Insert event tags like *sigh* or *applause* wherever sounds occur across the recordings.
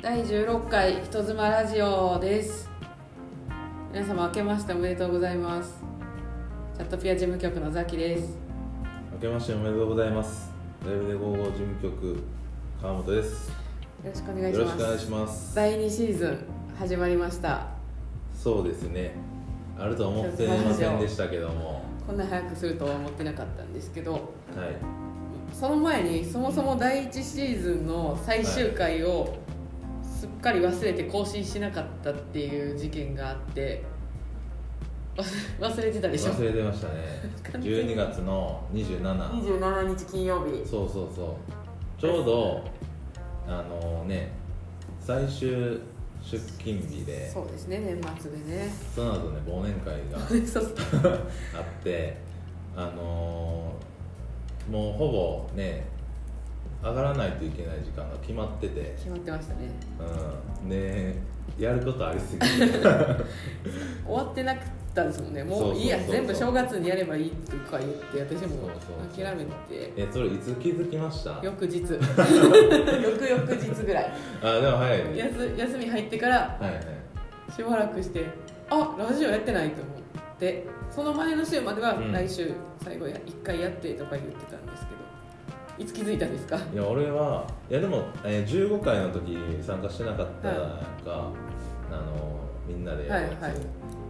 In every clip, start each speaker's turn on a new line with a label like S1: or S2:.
S1: 第16回人妻ラジオです皆様明けましておめでとうございますチャットピア事務局のザキです
S2: 明けましておめでとうございますライブで55事務局川本です
S1: よろしくお願いし
S2: よろ
S1: ます
S2: しくお願いします
S1: 第2シーズン始まりました
S2: そうですねあるとは思っていませんでしたけども
S1: こんな早くするとは思ってなかったんですけど
S2: はい
S1: その前にそもそも第1シーズンの最終回をすっかり忘れて更新しなかったっていう事件があって忘忘れてたでしょ
S2: 忘れてましたね
S1: 完全に
S2: 12月の27
S1: 27日金曜日
S2: そうそうそうちょうどあのね最終出勤日で
S1: そうですね年末でね
S2: その後ね忘年会が
S1: そう
S2: あってあのーもうほぼね上がらないといけない時間が決まってて、
S1: 決まってましたね
S2: うん、でやることありすぎて *laughs*
S1: 終わってなかったですもんねもういいや
S2: そうそうそ
S1: 全
S2: う
S1: 部正月にやればいいとか言って私も
S2: そうそうそう
S1: 諦めて
S2: えそれいつ気づきました
S1: 翌
S2: *laughs*
S1: 日翌々日ぐらい
S2: あでも早いね
S1: やす休み入ってから
S2: はいはい
S1: しばらくしてあラジオやってないと思ってその前の週までは
S2: うん
S1: 来週最後や1回やってとか言ってたんですけどいつ気づいたんです
S2: *laughs*
S1: か
S2: いや俺はいやでも、えー15回の時参加してなかったからあのーみんなでやるやつ、
S1: はいは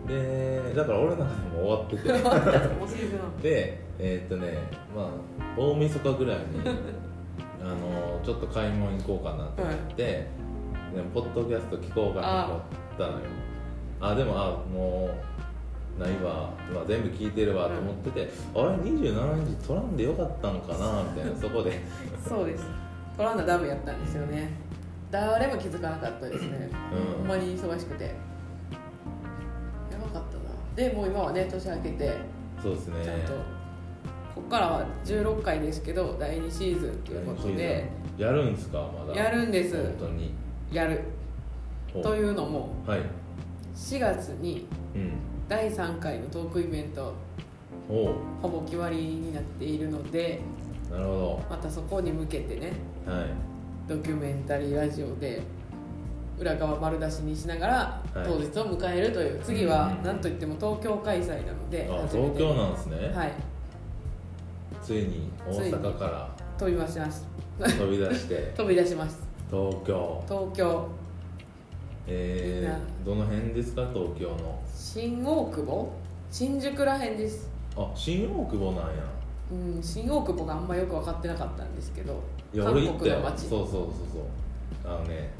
S2: でだから俺の中でも終わってて
S1: 終わったと思うシーズンは
S2: でえーっとねまあ大晦日
S1: *laughs*
S2: ぐらいにあのちょっと買い物行こうかなと思って、でポッドキャスト聞こうかなと思ったのよあでもあもうないわ、まあ、全部聞いてるわと思ってて、あれ27日取らんでよかったんかなみたいなそこで
S1: そうですトランダダムやったんですよね誰も気づかなかったですね、
S2: うん
S1: ほんまに忙しくてやばかったなでもう今はね年明けて
S2: そうですね
S1: ちゃんと、こっからは16回ですけど第2シーズンということで
S2: やるんすかまだ
S1: やるんです
S2: 本当に
S1: やる
S2: ほう
S1: というのも
S2: はい
S1: 4月に
S2: うん
S1: 第3回のトークイベント
S2: お
S1: ほぼ決まりになっているので
S2: うなるほ
S1: またそこに向けてね
S2: どはい
S1: ドキュメンタリーラジオで裏側丸出しにしながら
S2: はい
S1: 当日を迎えるという、次は
S2: うん
S1: 何といっても東京開催なので
S2: あ
S1: 初め
S2: 東
S1: て
S2: 京なんですね、
S1: はい
S2: ついに大阪か
S1: 飛びまします
S2: ら飛び出して
S1: *laughs* 飛び出します
S2: 東京
S1: 東京みん
S2: え
S1: な
S2: ー、どの辺ですか東京の
S1: 新大久保新宿らへんです
S2: あ新大久保なんや
S1: うん新大久保があんまよく分かってなかったんですけど
S2: いや俺行った
S1: 韓
S2: よ
S1: 国の街
S2: そうそうそうそうあのね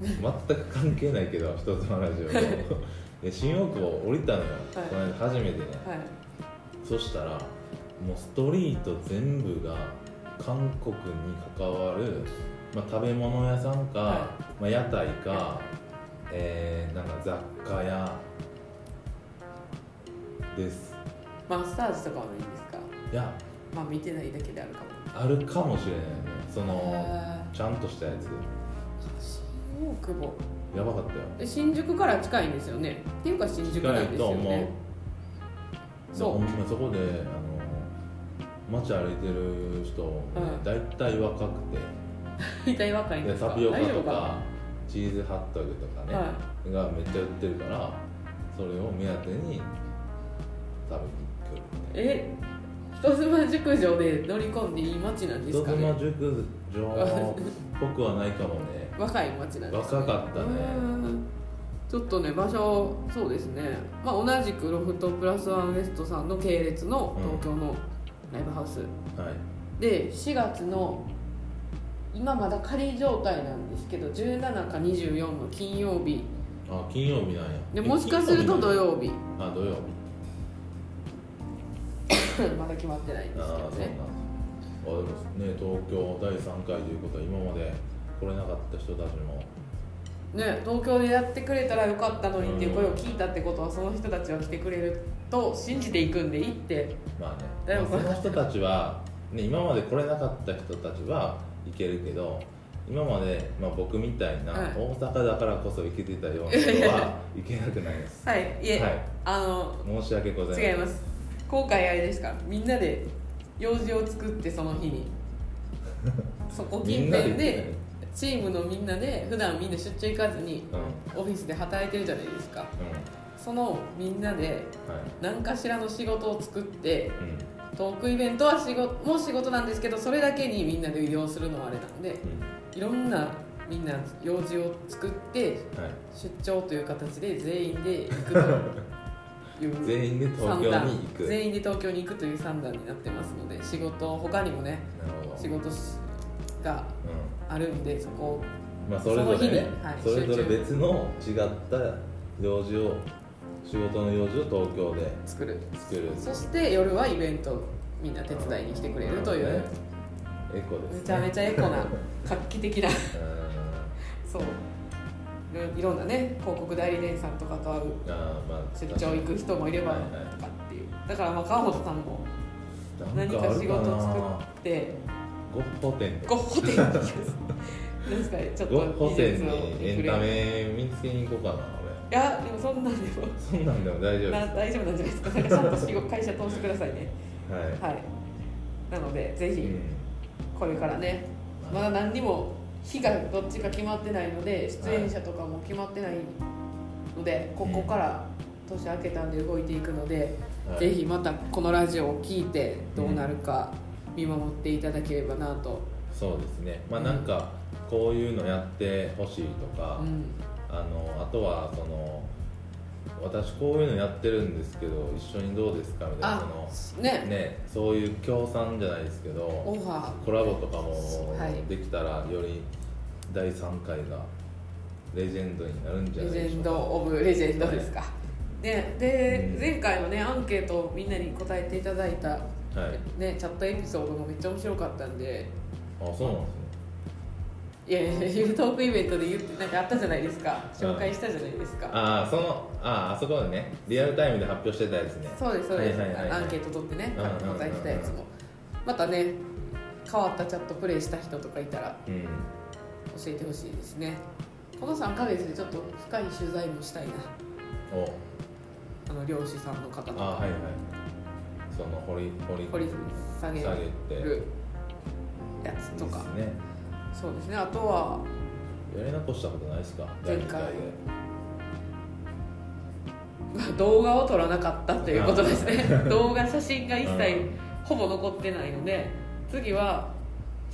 S2: 全く関係ないけど一つのラジ
S1: *laughs*
S2: オでで新大久保降りたのよ、この間初めてね
S1: はい
S2: そしたらもうストリート全部が韓国に関わる、まあ、食べ物屋さんか、
S1: は
S2: まあ、屋台か、
S1: は
S2: えーなんか雑貨屋です
S1: マッサージとかはないんですか
S2: いや
S1: まあ見てないだけであるかも
S2: あるかもしれないねその
S1: へ
S2: ちゃんとしたやつ
S1: ー新大久保
S2: やばかったよ
S1: え新宿から近いんですよねっていうか新宿なんですよ *laughs* ねそう
S2: ほんまそこであの街歩いてる人、ね
S1: うん
S2: 大体若く
S1: 大体若い
S2: て
S1: んで
S2: です
S1: か
S2: タピオカ
S1: 大丈
S2: と
S1: 夫
S2: かチーズハットグとかね、
S1: は
S2: がめっちゃ売ってるからそれを目当てに食べに
S1: い、
S2: 来る
S1: え人妻熟女で乗り込んでいい街なんです
S2: 人
S1: か
S2: 妻
S1: ね
S2: 熟女っぽくはないかもね
S1: 若い街なんです
S2: 若かったね
S1: うんちょっとね場所そうですね、まあ、同じくロフトプラスワンウエストさんの系列の東京のライブハウス、
S2: はい
S1: で4月の今まだ仮状態なんですけど17か24の金曜日
S2: あ金曜日なんや
S1: でもしかすると土曜日
S2: 日あ土曜日
S1: *laughs* まだ決まってないんですけ
S2: ああ
S1: ど
S2: そうなん
S1: ね
S2: ですあでもね東京第3回ということは今まで来れなかった人たちも
S1: ね東京でやってくれたらよかったのにっていう
S2: うん
S1: 声を聞いたってことはその人たちは来てくれると信じていくんで行って
S2: まあね、
S1: でも
S2: まあその人たちは、ね、今まで来れなかった人たちは行けるけど今まで、まあ、僕みたいな、
S1: はい
S2: 大阪だからこそ行けてたような人
S1: *laughs*
S2: は行けなくないです
S1: はいいえ、
S2: は
S1: あの
S2: い申し訳ございません
S1: 違います今回あれですからみんなで用事を作ってその日にそこ近辺でチームのみんなで普段みんな出張行かずに
S2: うんうん
S1: オフィスで働いてるじゃないですかそのみんなで
S2: はい
S1: 何かしらの仕事を作って
S2: うんうん
S1: トークイベントは仕事も仕事なんですけどそれだけにみんなで移動するのはあれなんでいろんなみんな用事を作って
S2: はい
S1: 出張という形で全員で行くという
S2: *laughs* 全員で東京に行くなる
S1: 全員で東京に行くという算段になってますので仕事他にもね
S2: ほど
S1: 仕事しが
S2: う
S1: あるんでそこを
S2: んまあそれぞれ
S1: その日に
S2: ね
S1: はい
S2: それぞれ
S1: 集中
S2: 別の違った用事を仕事の用事を東京で
S1: 作る
S2: 作る
S1: そして夜はイベントみんな手伝いに来てくれるという、
S2: なほどねエコですね
S1: めちゃめちゃエコな画期的
S2: *laughs*
S1: な
S2: うん
S1: そういろんなね広告代理店さんとかと会う
S2: あーまあ
S1: 出張行く人もいれば
S2: はい
S1: と
S2: は
S1: かっていうだからまあ川本さんも
S2: なん
S1: 何
S2: か
S1: か
S2: ある
S1: 仕事
S2: な
S1: を作って
S2: ゴッホ店
S1: ゴッホ店に行きますですかねちょっ
S2: ゴッ
S1: と
S2: ホ
S1: 技
S2: 店
S1: 術を
S2: にエンタメ見つけに行こうかな俺
S1: いやでもそんなんでも
S2: そんなんでも大丈夫です
S1: な大丈夫なんじゃないですかなんかちゃんと仕事会社通してくださいね
S2: は
S1: はいなのでぜ
S2: い、う
S1: ひ
S2: ん
S1: これからねまだ何にも日がどっちか決まってないので出演者とかも決まってないのでここから年明けたんで動いていくので、
S2: はい
S1: ぜひまたこのラジオを聞いてどうなるか見守っていただければなと、
S2: そうですねまあなんかこういうのやってほしいとか、
S1: うん
S2: あのあとはその私こういうのやってるんですけど一緒にどうですかみたいな
S1: あ
S2: そ
S1: ね
S2: のねそういう協賛じゃないですけ
S1: オ
S2: ど
S1: ファ
S2: コラボとかも
S1: はい
S2: できたらより第3回がレジェンドになるんじ
S1: ー
S2: ゃ
S1: レ
S2: ない
S1: ジェン
S2: でしょうか
S1: ド・オブ・レジェンドですか、ね、で、
S2: うん
S1: 前回のねアンケートをみんなに答えていただいた、
S2: はい
S1: ね、チャットエピソードもめっちゃ面白かったんで
S2: あそうなんですね
S1: いやいやゆるトークイベントで言ってなんかあったじゃないですか紹介したじゃないですか、
S2: ああそのあーあそこでねリアルタイムで発表してたやつね
S1: そうですそうです、
S2: はいはいはいはい
S1: アンケート取ってね
S2: うんうんうんうん
S1: 答えてたやつもまたね変わったチャットプレイした人とかいたら
S2: うん
S1: 教えてほしいですねこの3ヶ月でちょっと深い取材もしたいな
S2: お
S1: あの漁師さんの方とか
S2: あはいはいその掘り掘り
S1: 掘り下げ
S2: 下げて
S1: るやつとか
S2: ですね
S1: そうですねあとは *laughs*
S2: やり残したことないですか
S1: 前
S2: 第
S1: 回
S2: 2回で
S1: まあ動画を撮らなかったということですね *laughs* 動画写真が一切ほぼ残ってないので次は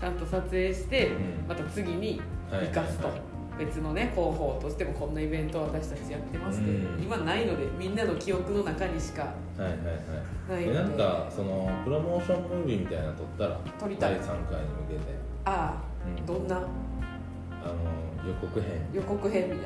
S1: ちゃんと撮影して
S2: うん
S1: また次に生かすと
S2: はいはい
S1: 別のね広報としてもこんなイベントを私たちやってますけど
S2: うん
S1: 今ないのでみんなの記憶の中にしか
S2: はいはいは
S1: ない
S2: いえ
S1: ので
S2: なんかそのプロモーションムービーみたいなの撮ったら
S1: 撮りたい
S2: 第3回に向けて、
S1: あ
S2: う
S1: あ
S2: ん
S1: どんな
S2: あの予告編
S1: 予告編みたいな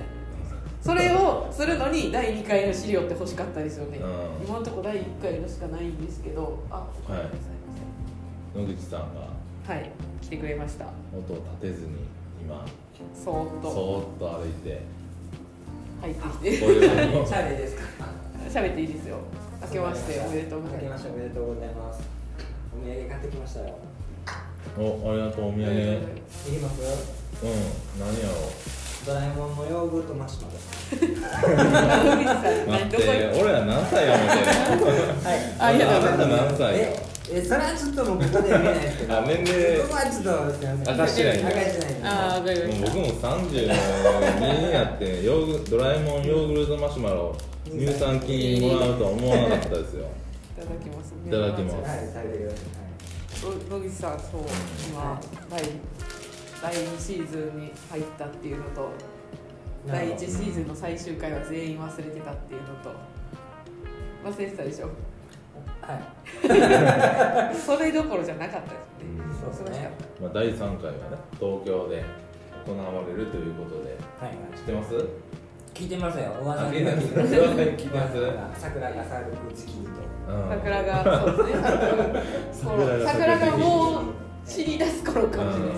S1: それをするのに第2回の資料って欲しかったですよね
S2: うん
S1: 今のところ第1回のしかないんですけどあおかえりなさいませ
S2: 野口さんが
S1: はい、来てくれました。
S2: 音を立てずに今
S1: そーっ
S2: そ
S1: と
S2: ーっと歩いて
S1: 入ってきて、 *laughs*
S2: こう
S3: *laughs*
S2: いうのを
S3: シャレですか。
S1: 喋っていいですよ。明けましておめでとうご
S3: 明
S1: ざい
S3: け
S1: ま。
S3: ますしておめでとうございます。お土産買ってきましたよ。
S2: おありがとうお土産うん何やろ
S3: いります。ドラえもんのヨーグルトマシュマロ。
S1: おめ
S2: 待っ
S1: で
S2: て
S1: とうございます。
S2: 俺ら何歳や思てる
S3: は
S1: あ
S3: い
S1: りがとうございま
S2: あなた何歳よ
S3: え、えそれはちょっともうここでは見えないですけ
S2: *laughs*
S3: ど。
S2: あ年齢
S3: そこはちょっとすみません。
S2: 明かしてないんだ
S3: 明かしてないんで。
S1: ああ、わかりま
S2: もう
S1: し
S2: 僕も32にやってヨーグドラえもんヨーグルトマシュマロ乳酸菌もらうとは思わなかったですよ
S1: た。いただきます。
S2: いただきます
S3: はい、食べてくださ
S1: 野口さん、そう、今、第、第二シーズンに入ったっていうのと。
S3: い。はい
S1: 第一シーズンの最終回は全員忘れてたっていうのと。忘れてたでし
S2: *laughs*
S1: ょ
S3: はい。
S1: それどころじゃなかったですね。
S3: そ
S1: 忙
S3: うです
S1: しかっ
S3: ね。
S2: まあ、第3回はね東京で行われるということで
S3: はい。
S2: 知ってます
S3: 聞いてますよ。お
S2: あ
S3: 噂
S2: 聞いてます聞いてます
S3: 桜が咲く時期にと。
S1: た。
S2: うん
S1: 桜が、そうですね。桜
S2: 桜が
S1: がもう死に出す頃かもしれない。
S2: うん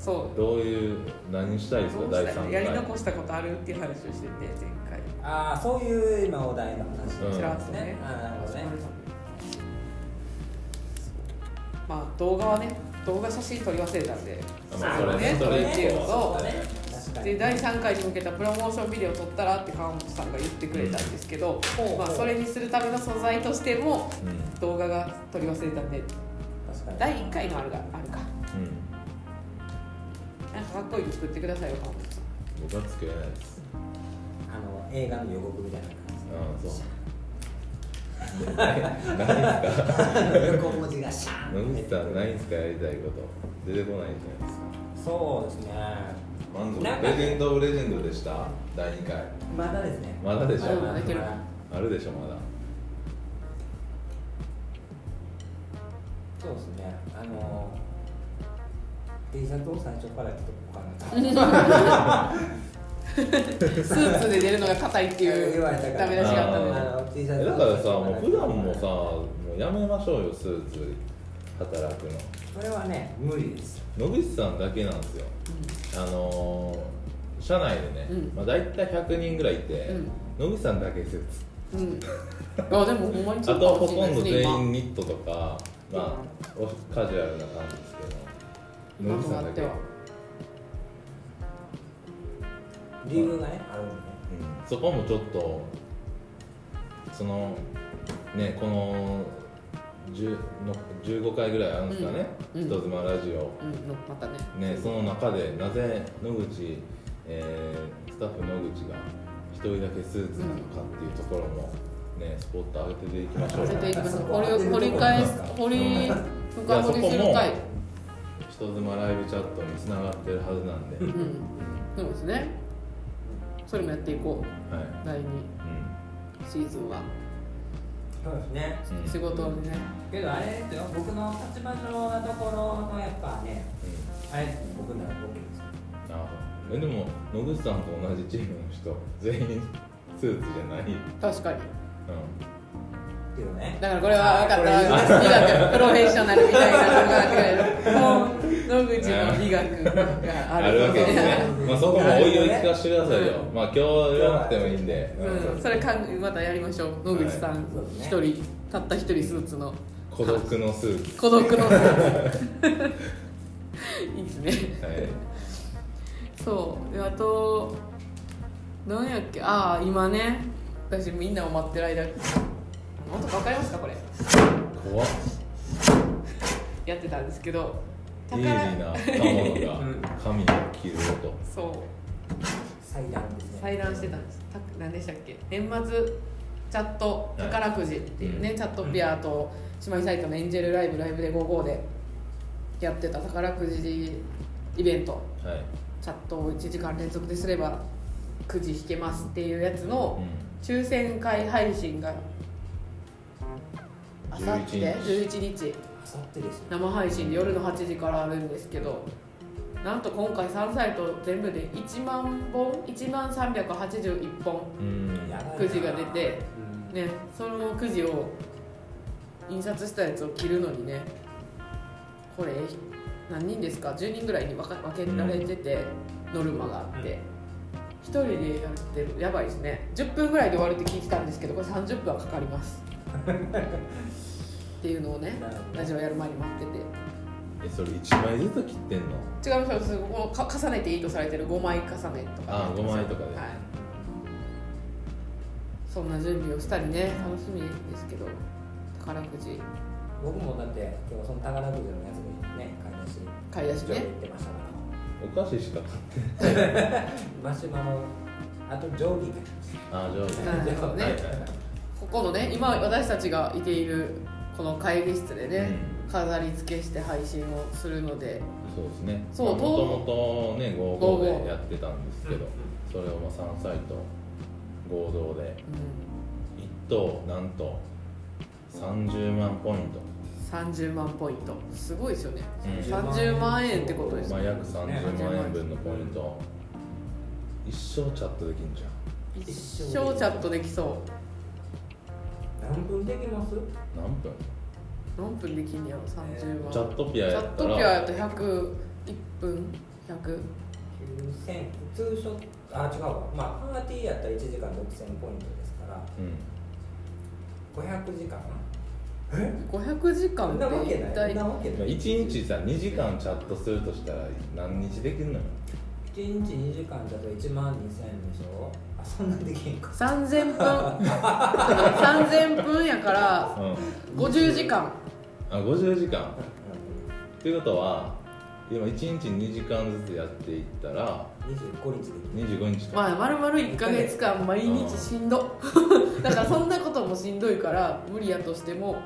S1: そう
S2: どういう何したいですか
S1: どう
S2: 第
S1: した
S2: 3
S1: やり
S2: 回
S1: 残したことあるっていう話をしてて前回
S3: ああ、そういう今お題の話
S2: うん
S1: ちらっ
S3: です
S1: と
S3: ね
S1: ね。
S3: あーなるほどね。
S1: まあ動画はね動画写真撮り忘れたんで
S2: あまあそれね
S1: そうね
S2: それ以降は
S1: そ
S3: そうだね。確かに。
S1: で第3回に向けたプロモーションビデオ撮ったらって川本さんが言ってくれたんですけど、
S3: うん
S1: まあ、それにするための素材としても
S2: うん
S1: 動画が撮り忘れたんで
S3: 確かに。
S1: 第1回のあるがあるかなんかかっこいいの作ってくださいよ岡本さん
S2: 僕は作れないです
S3: あの映画の予告みたいな感
S2: ああそうないんすか
S3: じで横文字がシャ
S2: 野
S3: ーン
S2: 口さんないんすかやりたいこと出てこないじゃないですか
S3: そうですね
S2: 満足
S3: なんか
S2: レジェンド・オブ・レジェンドでした第2回
S3: まだですね
S2: まだでしょ
S1: まだまだいける
S2: あるでしょまだ
S3: そうですねあの T シャツを最初から着とこうかなと
S1: スーツで出るのが硬いってい
S3: 言
S1: う
S3: われたから
S1: ダメ出しがあったので
S3: あの T シャ
S2: え
S3: ツ
S2: だ
S3: を
S2: から
S3: 最初
S2: さもう
S3: 着
S2: 普
S3: と
S2: 段
S3: こ
S2: も
S3: う
S2: さ
S3: かな
S2: もうやめましょうよスーツ働く
S3: これはね無理です
S2: の野口さんだけなんですよあのー、社内でね、
S1: うん
S2: まあ、大体100人ぐらいいて、野口さんだけスーツ
S1: うん、うん、あでもほんまに
S2: あ
S1: そう
S2: と
S1: か
S2: は
S1: も
S2: ほ
S1: しれな
S2: と
S1: いです
S2: んど
S1: ね
S2: 全員
S1: 今
S2: ニットとか、まあ、おカジュアルな感じですけど
S1: 今
S2: 野口
S1: とな
S2: さ
S1: んっ
S2: だ
S1: て
S2: け
S1: は
S3: 理由がねあるんでね
S2: うんそこもちょっとそのねこの10の15回ぐらいあるんですかね「
S1: うんうん
S2: 人妻ラジオ
S1: うんのまたね」
S2: ねその中でなぜ野口、えースタッフ野口が一人だけスーツなのかっていうところもねスポット上げていきましょう
S1: それでいきましょう掘り
S3: あそこ
S1: 掘り返す
S3: うん
S1: 掘り深掘りする
S2: いや
S1: 回
S2: そ人妻ライブチャットに繋がってるはずなんで、
S1: う *laughs*
S2: はい
S1: んそうですねそれもやっていこう第2シーズンは
S3: そうですね
S2: うんうん
S1: 仕事をね
S3: けどあれですよ僕の立場のところのやっぱね
S2: うん
S3: あれですね僕なら僕ですよ
S2: あえでも野口さんと同じチームの人全員スーツじゃない、うん、
S1: 確かに
S3: けどね
S1: だからこれは分かった美学プロフェッシ *laughs* ョナルみたいなのがもう野口の美学があ
S2: あ
S1: る
S2: るわけで
S1: *laughs*
S2: すねまあそこもおいおい聞かせてくださいよ、
S1: う
S2: まあ今日は言わなくてもいいんで、う
S1: うんん、それかんまたやりましょう野口さん
S3: はい
S1: 一人、たった一人スーツの
S2: 孤独のスーツ
S1: 孤独のスーツ *laughs* いいですね
S2: はい
S1: そうであとなんやっけああ今ね私みんなを待ってる間音か分かりますかこれ
S2: 怖っ
S1: やってたんですけど
S2: 鋭利
S3: *laughs*
S2: な刃
S3: うん
S2: 物が髪を切る音
S1: そう
S3: 祭壇ですね
S1: 裁断してたんですた何でしたっけ年末チャット
S2: はい
S1: 宝くじっていうね、
S2: うん
S1: チャットピアと姉妹サイトのエンジェルライブライブで55でやってた宝くじイベント
S2: はい、
S1: チャットを1時間連続ですればくじ引けますっていうやつ
S2: う
S1: の
S2: ん、
S1: 抽選会配信があさって
S2: 11
S1: 11日
S3: あさってですよ
S1: 生配信で夜の8時からあるんですけどなんと今回3サイト全部で1万本1万381本
S2: うん
S3: やばい
S1: く
S3: な
S1: じが出て
S3: うん
S1: ねそのくじを印刷したやつを切るのにねこれ何人ですか10人ぐらいに分か分けられてて、ノルマがあって、一1人でやるってやばいですね10分ぐらいで終わるって聞いてたんですけどこれ30分はかかりますっていうのをね
S3: なるほど
S1: ラジオやる前に待ってて
S2: えそれ1枚ずつ切ってんの
S1: 違う人すごいか重ねていいとされてる5枚重ねとか、
S2: ああ5枚とかで、
S1: はいそんな準備をしたりね楽しみですけど宝くじ
S3: 僕もだって今日その宝くじのやつにね買い出し行
S1: 買い出しね
S3: ってましたから
S2: お菓子しか買っ
S3: マシュマロあと定規か
S2: ああ上手
S1: なるほどね
S2: はいはいはい
S1: ここのね今私たちがいているこの会議室でね、飾り付けして配信をするので
S2: そうですね
S1: そう
S2: もと
S1: どう
S2: もとね
S1: 55
S2: 55でやってたんですけどそれをまあ3歳と合同で
S1: うん
S2: 1等なんと30万ポイント、
S1: 30万ポイントすごいですよね
S2: うん
S1: 30万円ってことです
S2: まあ、
S1: ね
S2: 約30万円分のポイント一生チャットできんじゃん
S1: 一生チャットできそ
S3: 何分できます
S2: 何分
S1: う何分できんねやろ30万
S2: チャットピア
S1: チ
S2: や
S1: ャ
S2: っ
S1: ッ
S2: た
S1: トピアや
S2: ら
S1: と1001分100
S3: 9000通称あ違うわまあパーティーやったら1時間6000ポイントですから
S2: うん
S3: 500時間
S1: 500時
S3: そ
S1: 間
S3: んなわ
S1: って一
S3: けないそ
S1: 体
S3: んなわけない
S2: 1日さ2時間チャットするとしたら何日できんのよ
S3: 1日2時間だと1万2000円でしょあそんなんできへんか *laughs*
S1: 3000分3000分やから
S2: うん
S1: 50時間
S2: あ50時間
S3: う
S2: ということは今1日2時間ずつやっていったら
S3: 25日できる
S2: 25日か、
S1: まあ丸々1か月間毎日しんど *laughs* だからそんなこともしんどいから無理やとしても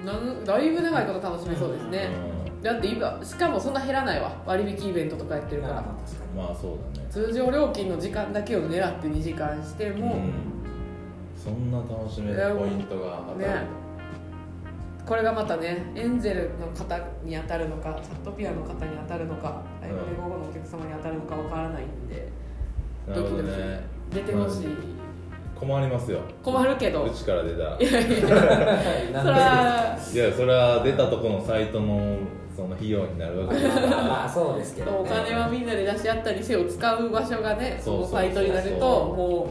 S2: うん
S1: なんだいぶ長いこと楽しめそうですね、だって今しかもそんな減らないわ割引イベントとかやってるから、
S3: まあまあ確か
S2: うんまあそうだね
S1: 通常料金の時間だけを狙って2時間しても、
S2: ん、そんな楽しめるポイントが当たるんだ
S1: ねこれがまたねエンゼルの方に当たるのかチャットピアの方に当たるのかライブで午後のお客様に当たるのかわからないんで、
S2: なる
S1: ドキ
S2: ほ
S1: ド
S2: ど
S1: キ
S2: ね
S1: 出てほしい、
S2: う困りますよ
S1: 困るけど
S2: うちから出たら
S1: いやいや
S3: に
S1: それはい
S2: やそれは出たとこのサイトのその費用になるわけだか
S3: まあ
S1: *laughs*
S2: ら
S3: そうですけど、ね、
S1: お金はみんなで出し合ったりせよ使う場所がねそ
S2: そう
S1: の
S2: そう
S1: サイトになると
S2: そう
S1: も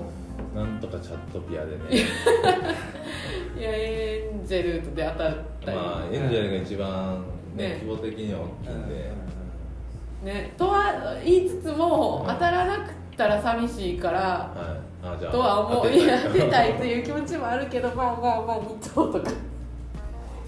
S2: なんとかチャットピアで
S1: *laughs*
S2: ね
S1: ういやエンゼルで当たったり、
S2: まあエンジェルが一番
S1: ね
S2: ね規模的には大きいんで
S1: ねとは言いつつも
S2: うん
S1: 当たらなくったら寂しいから
S2: はいあじゃあ
S1: とは思
S2: 当
S1: う
S2: て
S1: い
S2: た
S1: や当てたいという気持ちもあるけどまあまあまあ2等とか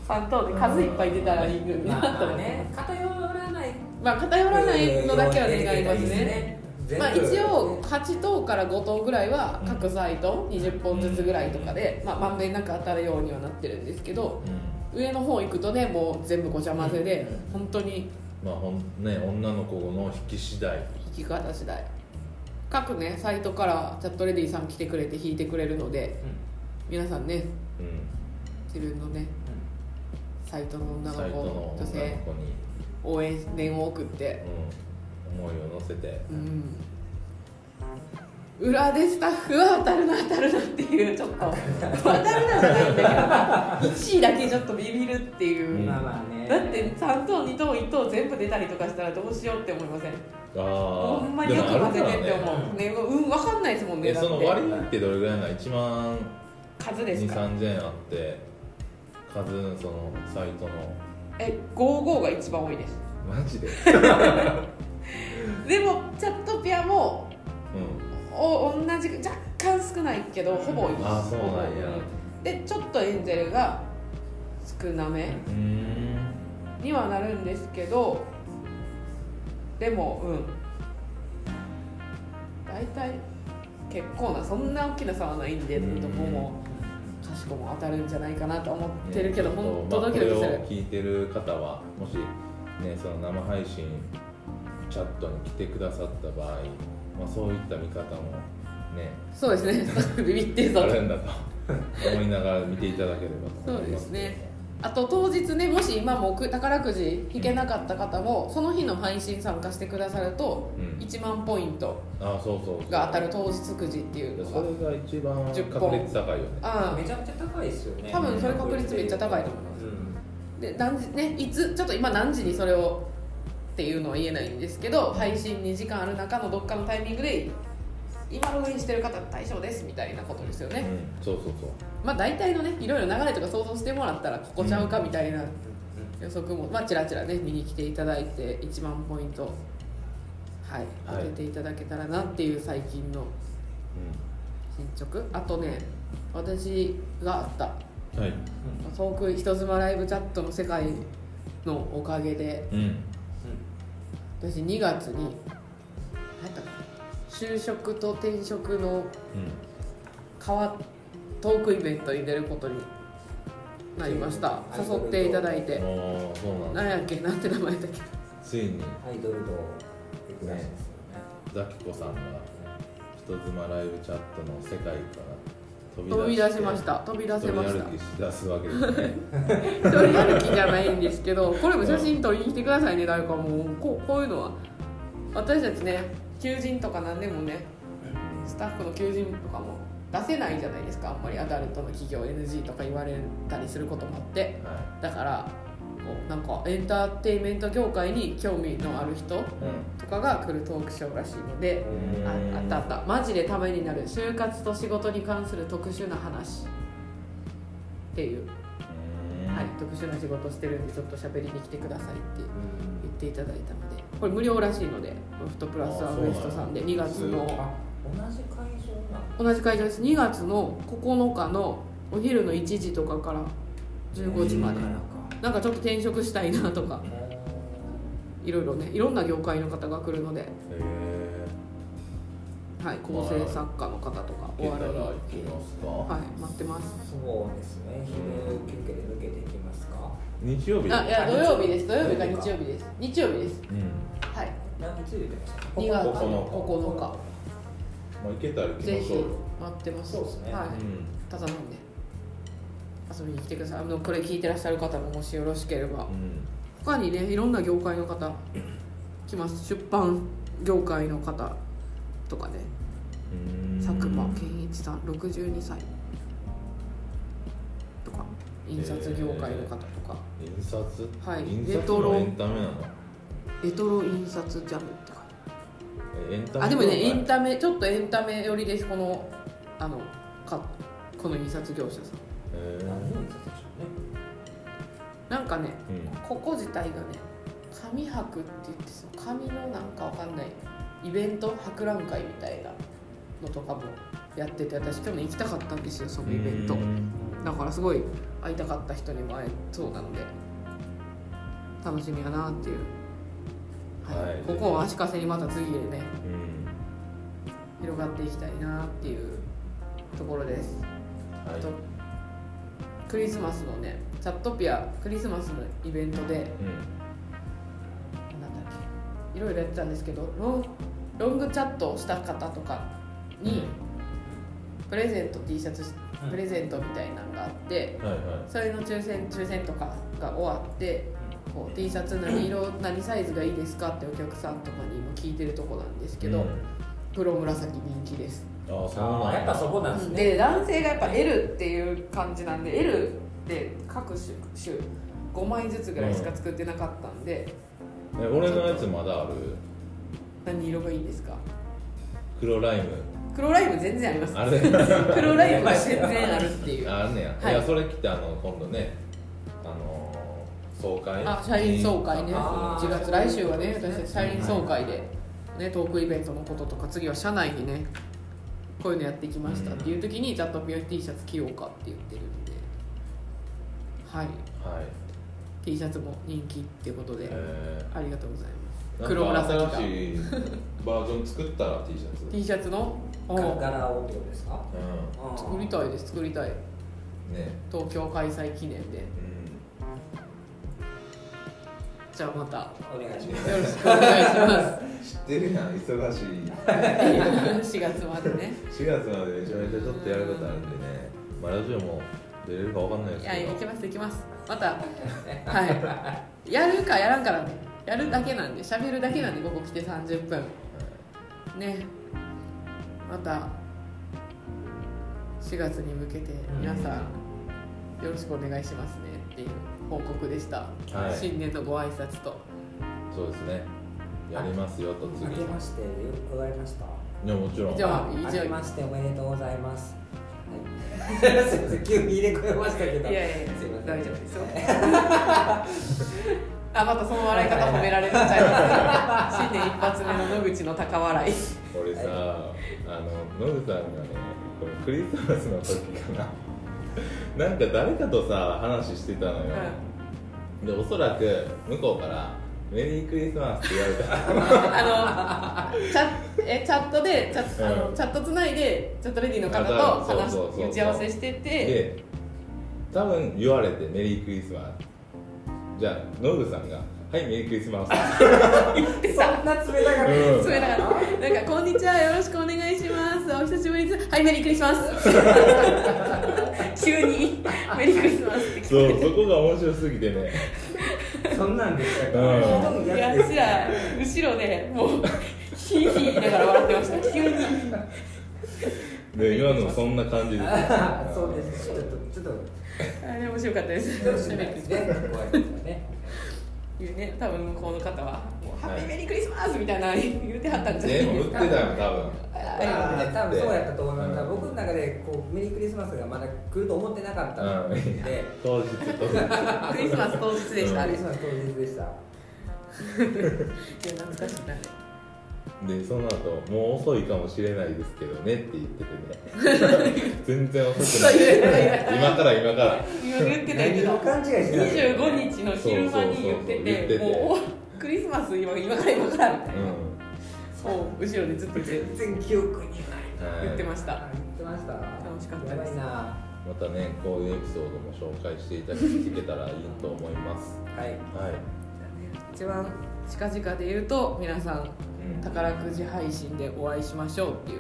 S1: 3等で数いっぱい出たらいいのに
S3: ま
S1: *laughs* な
S3: あ
S1: と
S3: ま
S1: 思
S3: あ
S1: う
S3: ね偏らない
S1: まあ偏らないのだけは願いますね
S3: 全部
S1: まあ、一応8等から5等ぐらいは各サイト20本ずつぐらいとかで、まあ、まんべんなく当たるようにはなってるんですけど
S2: うん
S1: 上の方行くとねもう全部ごちゃ混ぜで本当に
S2: まあほんね女の子の引き次第
S1: 引き方次第各ねサイトからチャットレディさん来てくれて引いてくれるので皆さんね
S2: うん
S1: 自分のね
S3: う
S1: サイトの女の
S2: サイト
S1: 子
S2: の
S1: 女
S2: 女
S1: 性
S2: の子に
S1: 応援念を送って
S2: うん思いを乗せて
S1: うん裏でスタッフは当たるな当たるなっていうちょっと当たるなじゃないんだけど1位だけちょっとビビるっていう、
S2: うん
S3: んまあまあね
S1: だって3等2等1等全部出たりとかしたらどうしようって思いません
S2: ああ
S1: ほんまによく混ぜてって
S3: でもある
S1: 思
S3: か
S1: うねうん分かんないですもんね
S2: え
S1: だ
S2: そ
S1: っ
S2: の
S1: て
S2: 割引ってどれぐらいなの1万
S1: 数です
S2: 2
S1: か
S2: 3千円あって数そのサイトの
S1: え55が一番多いです
S2: マジで
S1: でもチャットピアも
S2: う
S1: お同じ若干少ないけどほぼ一緒
S2: んああそうなんや
S1: でちょっとエンゼルが少なめ
S2: うーん
S1: にはなるんですけどでもうん大体結構なそんな大きな差はないんで
S2: うん
S1: どこもかしこも当たるんじゃないかなと思
S2: ね
S1: ってるけど
S2: ちょっ
S1: 本当
S2: まあ
S1: ドキドキす
S2: これ
S1: る
S2: を聞いてる方はもしねその生配信チャットに来てくださった場合、まあ、そういった見方もね
S1: そうですね *laughs* スタッフビビってるぞ
S2: あるん
S1: *laughs*
S2: だと思いながら見ていただければと
S1: そう
S2: 思います
S1: ですねあと当日ねもし今もく宝くじ引けなかった方もその日の配信参加してくださると
S2: うん
S1: 1万ポイント
S2: ああそうそうそう
S1: が当たる当日くじってい
S2: いうや
S1: の
S2: そ
S1: が
S2: れが一番
S1: 10
S2: 確率高いよね
S1: あ
S3: めちゃくちゃ高いですよね
S1: 多分それ確率めっちゃ高いと思います
S3: うん
S1: あで何時ねいつちょっと今何時にそれをっていうのは言えないんですけど配信2時間ある中のどっかのタイミングで今ログインしてる方対象ですみたいなことですよね、
S2: うん、そうそうそう
S1: まあ大体のねいろいろ流れとか想像してもらったらここちゃうかみたいな予測も、まあ、ちらちらね見に来ていただいて1万ポイントはい当
S2: はい
S1: てていただけたらなっていう最近の進捗あとね私があった
S2: うんはい
S1: 遠く人妻ライブチャットの世界のおかげで
S2: うん
S1: 私2月に何やったかな就職と転職の変わトークイベントに出ることになりました誘っていただい
S2: うん
S1: て
S2: ああそうなんだ
S1: 何やっけなんて名前だっけ
S2: ついに
S3: アイドルと行くらしいですよね
S2: ザキコさんが人妻ライブチャットの世界から飛び
S1: 飛び出しま
S2: て
S1: した飛び出せ
S2: 飛び
S1: まし
S2: 歩
S1: た
S2: きしだすわけですね
S1: 一人歩きじゃないんですけどこれも写真撮りに来てくださいね誰かもうこうこういうのは私たちね求人とか何でもねスタッフの求人とかも出せないじゃないですかあんまりアダルトの企業 NG とか言われたりすることもあって
S2: は
S1: だからこうなんかエンターテインメント業界に興味のある人
S2: い、
S1: とかが来るトークショーらしいので
S2: うん、
S1: ああったあったマジでためになる就活と仕事に関する特殊な話っていう
S2: うん
S1: はい、特殊な仕事してるんでちょっと喋りに来てくださいって言っていただいたのでこれ無料らしいのでロフトプラスアウエストさんで
S2: あ
S1: 2月の
S3: あ同じ会場なの
S1: 同じ会場です2月の9日のお昼の1時とかから15時まで
S3: からか
S1: なんかちょっと転職したいなとか
S3: あー
S1: いろいろねいろんな業界の方が来るので、
S2: え
S1: はい、構成作家の方とか
S2: ー、
S1: お
S2: 行けた
S1: 笑い、
S2: ら
S1: は
S2: 行きますか、
S1: い、待ってます
S3: そうですね昼休憩で抜けていきますか
S2: 日曜日
S1: あいや土曜日です土曜日か
S3: 土曜日
S1: 日
S3: か
S1: 曜日です日曜日です
S2: うん
S1: はい
S3: 何ついてました
S1: 2月
S2: ここの
S1: 9日
S2: まあ、行けたら行き
S1: ぜ
S2: まし
S1: ひ
S2: ょうよ
S1: 待ってます
S3: そうですね
S1: は
S2: う
S1: い
S2: ん
S1: ただなんで遊びに来てくださいあのこれ聞いてらっしゃる方ももしよろしければ
S2: うん
S1: 他にねいろんな業界の方来ます出版業界の方とかね
S2: うん
S1: 佐久間健一さん62歳とか印刷業界の方とか、
S2: 印刷
S1: はい
S2: 印
S1: レ
S2: 刷
S1: トロ
S2: のエンタメなの
S1: レトロ印刷ジャムとか
S2: えエンタメ
S1: あでもね
S2: 業界
S1: エンタメちょっとエンタメ寄りですこのあのかこの印刷業者さん
S2: えー
S3: 何人いたでしょうね
S1: なんかね
S2: うん
S1: ここ自体がね紙博って言ってその紙のなんかわかんないイベント博覧会みたいなのとかもやってて私去年行きたかったんですよそのイベント
S2: うん
S1: だからすごい会いたかった人にも会えそうなので楽しみやなっていう、はい
S2: はい
S1: ここを足かせにまた次でね
S2: うん
S1: 広がっていきたいなっていうところですあ
S2: はい
S1: とクリスマスのねチャットピアクリスマスのイベントで
S2: うん
S1: なんだっけいろいろやってたんですけどロンロングチャットをした方とかにプレゼント T シャツ
S3: うん
S1: プレゼントみたいなのがあって
S2: はいは
S1: それの抽選抽選とかが終わってこう T シャツ何
S3: *coughs*
S1: 色何サイズがいいですかってお客さんとかに今聞いてるとこなんです
S2: い
S1: けど、
S2: うん
S1: 黒紫人気です
S2: あそうなん
S3: あーやっぱそこなんですね
S1: で男性がやっぱ L っていう感じなんで L って各種種5枚ずつぐらいしか作ってなかったんで、
S2: え俺のやつまだある
S1: 何色がいいんですか
S2: 黒ライム
S1: 黒ライブ全然あります
S2: あ
S1: *laughs*
S2: れあ
S1: 黒ライブが全然あるっていう
S2: るねや、
S1: はい
S2: い、やそれ来てあの今度ねあのー総会
S1: あ社員総会ね
S3: あー
S1: 1月来週はね
S3: そう
S1: 私
S3: ですね
S1: たち社員総会で、ね、トークイベントのこととか次は社内にねこういうのやってきましたっていう時にチャットピア T シャツ着ようかって言ってるんではい
S2: はい、
S1: T シャツも人気っていうことで
S2: え
S1: ありがとうございます
S2: ー、
S1: 黒
S2: なん
S1: 紫が
S2: か新しいバージョン作ったら T シャツ
S1: T シャツのお
S3: ガラオってことですか
S2: う
S1: 作りたいです作りたい
S2: んね
S1: 東京開催記念で
S2: う
S1: じゃあまたよ
S3: お願いします
S1: ろしくお願いします *laughs*
S2: ん知ってるやん忙しい
S1: 4月までね
S2: 4月までめちゃめちゃちょっとやることあるんでね、まあ、ラジオも出れるかわかんないで
S1: い
S2: す
S1: や
S2: け
S1: い
S2: ど
S1: けますいけますまたはいやるかやらんからねやるだけなんで喋るだけなんでここ来て30分ねまた4月に向けて皆さんよろしくお願いしますねっていう報告でした、
S2: はい
S1: 新年のご挨拶と
S2: そうですねやりますよと
S3: 明
S2: 次
S3: けましてよくわかりました
S2: いやもちろん
S1: じゃあ以
S3: 明
S1: 上
S3: けましておめでとうございますはいすいません急に入れ替えましたけどすいません
S1: 大丈夫ですよ
S3: *laughs*
S1: あまたその笑い方褒められるんちゃいます新年一発目の野口の高笑い
S2: 俺さ、あのノブさんがねこれクリスマスの時かな *laughs* なんか誰かとさ話してたのよ、でおそらく向こうから「メリークリスマス」って言われた
S1: あのチャえチャットでチャッ,、あ
S2: う
S1: の
S2: ん
S1: チャットつないでチャットレディの方
S2: あそ
S1: と
S2: う
S1: 話し
S2: そうそうそう
S1: 打ち合わせしてて
S2: で多分言われて「メリークリスマス」じゃあノブさんが「はいメリークリスマス」
S1: で
S3: そ
S1: さ
S3: んな冷たかっ
S2: う
S3: た
S2: ん
S1: 冷たかったなんか「こんにちはよろしくお願いしますお久しぶりですはいメリークリス
S2: *laughs*
S1: マス」急に「メリークリスマス」って来
S2: そう、
S1: て
S2: そこが面白すぎてね。
S3: そんなんでしたか
S2: うん
S3: ひどい
S1: いや
S3: やつで
S1: 私ら後ろでもうヒーヒー言いながら笑ってました急に
S2: で、今のそんな感じです。
S3: す *laughs* そうですちょっとちょっと
S1: あれ面白かったです
S3: ちょっとしないですね怖いですよね
S1: いうね多分向こうの方はもう「ハッピーメリークリスマス」みたい
S2: *laughs*
S1: な言うてはったんじゃな
S2: で
S1: い
S2: も、
S1: で
S2: 売っ
S1: す
S2: て
S1: *laughs* か
S2: たよ、多分。
S1: あ
S3: あ
S2: ー
S3: 多分そうやったと思います、
S2: うん
S3: 僕の中でこうメリークリスマスがまだ来ると思ってなかった
S2: うん
S3: ので、
S2: 当日、当日。
S1: *laughs* あクリスマス当日でしたあ
S3: ク
S1: れ
S3: リスマス当日でした
S1: いや懐かしいな
S2: で、その後、もう遅いかもしれないですけどねって言っててね。全然遅くない。今から、今から。
S1: 今言ってた言って
S3: 何を
S1: た
S3: 勘違いしてたんですか
S1: 25日の昼間に言ってて
S2: そうそうそうそう言ってて
S1: もうクリスマス今今から今からみたいな、
S2: うん
S1: そう後ろでずっと言って
S3: 全然記憶にない
S2: はい
S1: 言ってました、
S3: あ言ってました楽
S1: しかったです
S3: やばいな
S2: またねこういうエピソードも紹介していただけたらいいと思います
S3: はい
S2: はい、
S1: 一番近々で言うと皆さん
S2: うん
S1: 宝くじ配信でお会いしましょうっていう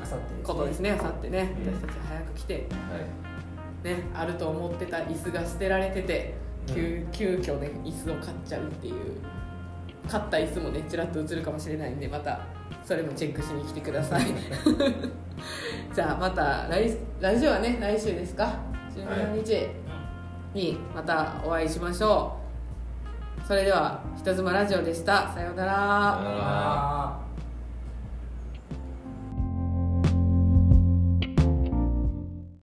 S3: あさって
S1: ことですねあさってね
S2: うん
S1: 私たち早く来て
S2: はい
S1: ねあると思ってた椅子が捨てられてて急急遽ね椅子を買っちゃうっていう買った椅子もねちらっと映るかもしれないんでまたそれもチェックしに来てくださいじゃあまた来来週はね来週ですか17日にまたお会いしましょうそれでは「人妻ラジオ」でしたさようなら
S2: さようなら
S3: あー